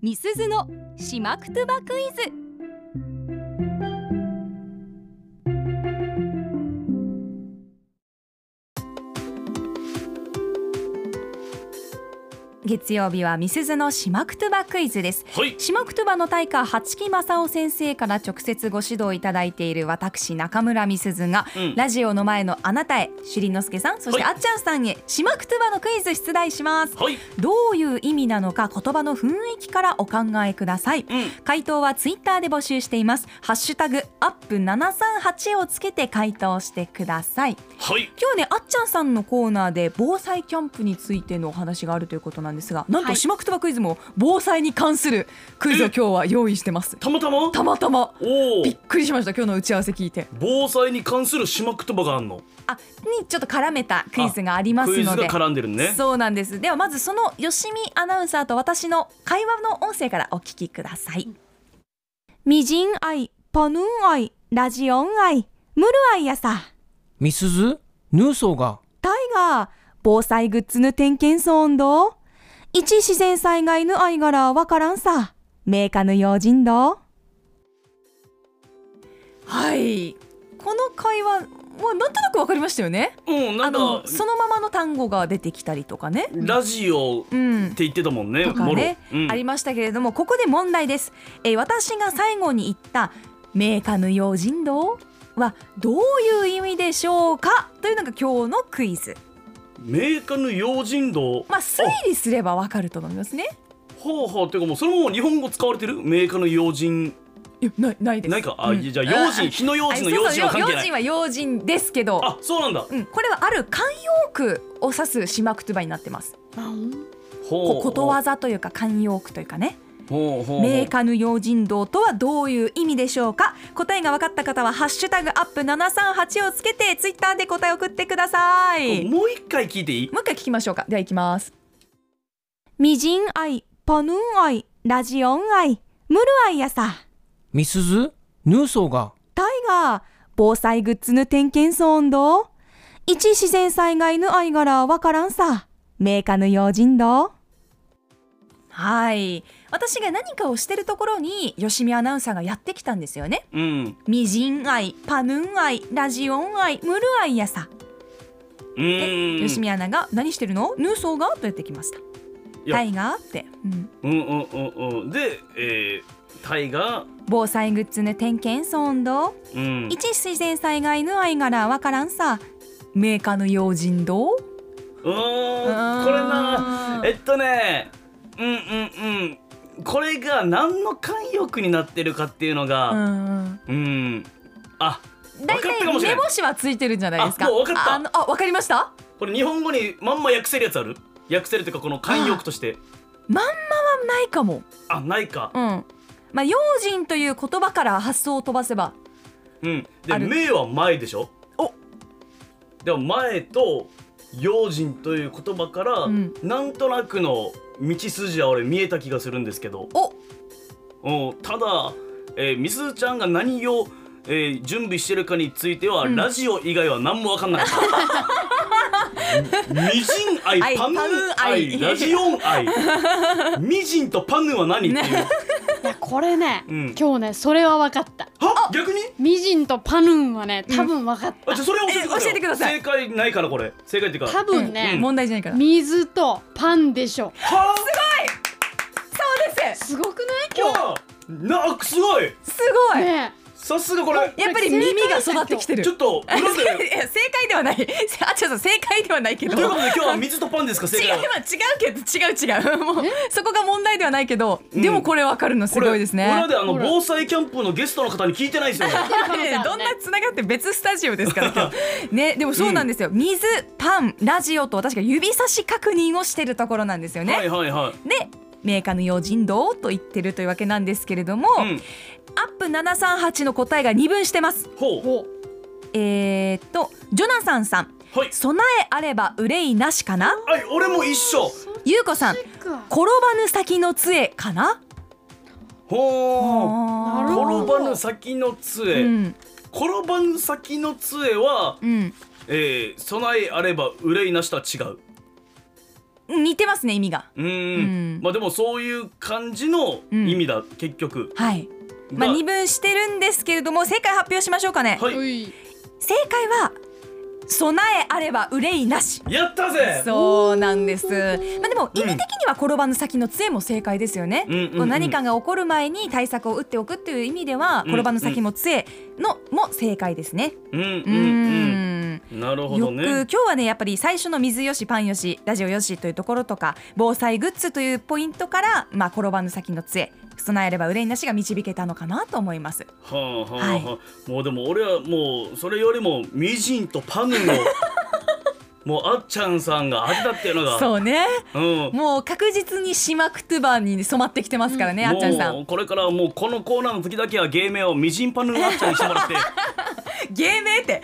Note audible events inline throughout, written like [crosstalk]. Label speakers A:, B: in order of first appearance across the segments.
A: みすずのしまくとばクイズ月曜日はみすずのしまくとばクイズです
B: はい。
A: 下くとばの大家八木正夫先生から直接ご指導いただいている私中村美鈴が、
B: うん
A: ラジオの前のあなたへ朱里之助さんそしてあ
B: は
A: っちゃんさんへ下くとばのクイズ出題します
B: はい。
A: どういう意味なのか言葉の雰囲気からお考えください
B: うん。
A: 回答はツイッターで募集していますハッシュタグアップ738をつけて回答してください
B: はい。
A: 今日ねあっちゃんさんのコーナーで防災キャンプについてのお話があるということなんですがなん
B: は
A: と
B: い
A: しまくとばクイズも防災に関するクイズを今日は用意してます
B: たまたま。
A: たまたま
B: おお
A: び。っくりしました今日の打ち合わせ聞いて
B: 防災に関する島言葉があんの。
A: あにちょっと絡めたクイズがあります
B: クイズ
A: の
B: が
A: で
B: 絡んでるね。
A: そうなんですではまずその吉見アナウンサーと私の会話の音声からお聞きくださいみじん愛ポヌン愛ラジオン愛ムル愛やさ
C: みすずヌーソーが
A: タイガー防災グッズぬ点検ソンド一自然災害ぬ愛柄わからんさメーカーぬ用心どはいこの会話はなんとなくわかりましたよね
B: うん、な
A: あ
B: んか
A: の。そのままの単語が出てきたりとかね
B: ラジオ。って
A: うん
B: 言ってたもんね。
A: とか
B: もろ
A: ね、
B: うん
A: ありましたけれどもここで問題です、えー私が最後に言った「名家の用心道」はどういう意味でしょうかというのが今日のクイズ
B: メーカーの用心道。
A: まあ推理すればわかると思いますね
B: ほうほうっていうかもうそれも日本語使われてるメーカーの用心
A: いやないないで
B: なんかあ、
A: う
B: じゃあ用心火の用
A: あ
B: 心の用心は
A: そうそう
B: 関係な
A: 用
B: い
A: 心は用心ですけど
B: あそうなんだ
A: うん、これはある慣用句を指すしまくとばになってますこ
B: ほ
A: うことわざというか慣用句というかね
B: ほうほう
A: メーカーの用心道とはどういう意味でしょうか答えが分かった方はハッシュタグアップ738をつけてツイッターで答えを送ってくださいも
B: もう一回聞いていいう
A: 一回聞きましょうかでは行きます
D: みじん愛、ポヌン愛、ラジオン愛、ムル愛やさ。
C: みすずヌーソーが
D: タイガー、防災グッズぬ点検ソンド。一自然災害ぬ愛柄わからんさ。メーカーぬ用心ど。
A: はい私が何かをしてるところに吉見アナウンサーがやってきたんですよね
B: うん
A: みじん愛パヌン愛ラジオン愛ムル愛やさ
B: う
A: で
B: ん
A: 吉見アナが何してるのヌーソーがとやってきました
B: や
A: タイガーって、うん、
B: うんうんうんうんで、えー、タイが
A: 防災グッズぬ点検ソンド
B: うん
A: 一自然災害の愛柄わからんさメーカーの用心どう
B: うーんこれなえっとねうんうんうんこれが何の慣用句になってるかっていうの
A: う
B: が
A: ん
B: うん、あ
A: 大
B: わかっ
A: 体
B: たかもしれな
A: 目
B: い
A: 星はついてるんじゃないですか
B: あもうわかった
A: あのあわかりました
B: これ日本語にまんま訳せるやつある訳せるというかこの慣用句として
A: ないかも
B: あないか
A: うんまあ用心という言葉から発想を飛ばせば
B: うん
A: あ
B: で
A: る
B: 名は前でしょ
A: お
B: でも前と用心という言葉から、
A: うん
B: なんとなくの道筋は俺見えた気がするんですけど
A: お
B: おただ、えー、みすずちゃんが何を、えー準備してるかについては、
A: ん
B: ラジオ以外は何も分かんなか
A: [laughs]
B: った。みじん愛
A: 愛
B: パヌ
A: パ
B: ー
A: ヌー愛
B: 愛ラジオン愛みじんとパヌーは何っていう、
E: いやこれね、
B: うん
E: 今日ねそれは分かった
B: は逆に
E: ミジンとパヌンはね多分分かっ
B: あ
E: た、
B: じゃあそれ教えてくだ
A: え
B: さい
A: 教えてください
B: 正解ないからこれ正解っていうか
E: 多分ね、
A: 問題じゃないから
E: 水とパンでしょ
B: は
A: そうです
E: すごくない
B: 今日なすごい
A: すごい
E: 今日ね
B: さすがこれ
A: やっぱり耳が育ってきてる
B: ちょっと
A: [laughs]
B: 裏で
A: いや正解ではない [laughs] あちゃんさん正解ではないけど
B: ということで今日は水とパンですか正
A: 違う
B: 解は
A: 今違うけど違う違 [laughs] うもうそこが問題ではないけど、
B: うん
A: でもこれわかるの [laughs] すごいです
B: これ
A: ね
B: 裏であの
E: ほら
B: 防災キャンプのゲストの方に聞いてないですよね
E: 可能性あるね
A: どんなつながって別スタジオですから今日ねでもそうなんですよ、水パンラジオと私が指差し確認をしてるところなんですよね、
B: はいはいはい
A: でメーカーの用心道と言ってるというわけなんですけれども、
B: うん
A: アップ738の答えが二分してます
B: ほ
E: お
A: えー、っとジョナサンさん
B: うはい
A: 備えあれば憂いなしかな
B: はい俺も一緒
A: ゆうこさん
E: そっか
A: 転ばぬ先の杖かな
B: ほう
A: な
E: なるほど
B: 転ばぬ先の杖、
A: うん
B: 転ばぬ先の杖は、
A: うん
B: えー備えあれば憂いなしとは違う
A: 似てますね意味が
B: うん、
A: うん
B: まあでもそういう感じの意味だ、結局
A: はいまあ
B: が
A: 二分してるんですけれども正解発表しましょうかね、
B: は
E: う
B: い
E: い
A: 正解は備えあれば憂いなし
B: やったぜ
A: そうなんですまあでも
B: うん
A: 意味的には転ばぬ先の杖も正解ですよね、
B: うんうんうん
A: こう何かが起こる前に対策を打っておくっていう意味では
B: うん
A: 転ばぬ先も杖のも正解ですね
B: うんうん
A: うん
B: うんなるほ
A: よ
B: ど
A: く
B: ね
A: 今日はねやっぱり最初の水よしパンよしラジオよしというところとか防災グッズというポイントからまあ転ばぬ先の杖備えれば憂いなしが導けたのかなと思います
B: はあはあはあもうでも俺はもうそれよりもミジンとパヌ
A: [laughs]
B: のもうあっちゃんさんがあったっていうのが
A: そうね
B: うん
A: もう確実にしまくつばに染まってきてますからね、あっちゃんさ
B: も
A: ん
B: うこれからはもうこのコーナーの時だけは芸名をミジンパヌあっちゃんにしてもらって
A: [laughs] 芸名
B: [laughs]
A: って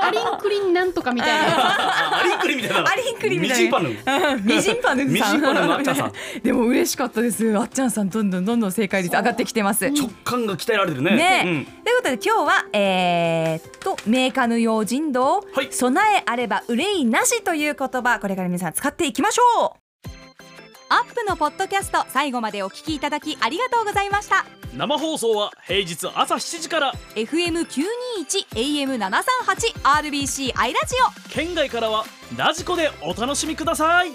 E: アリンクリンなんとかみたいな
B: あアリンクリみたいな
A: アリンクリみたいな
B: ミジンパヌ
A: みじんぱぬさん
B: みじんぱぬのあっちゃんさん
A: [laughs] でも嬉しかったですあっちゃんさんどんどんどんどん正解率上がってきてます
B: 直感が鍛えられてるね
A: ねえ、
B: うん
A: ということで今日はえーっとメーカーの用心道、
B: はい
A: 備えあれば憂いなしという言葉これから皆さん使っていきましょうアップのポッドキャスト最後までお聞きいただきありがとうございました
F: 生放送は平日朝7時から
A: FM921 AM738 RBC アイラジオ
F: 県外からはラジコでお楽しみください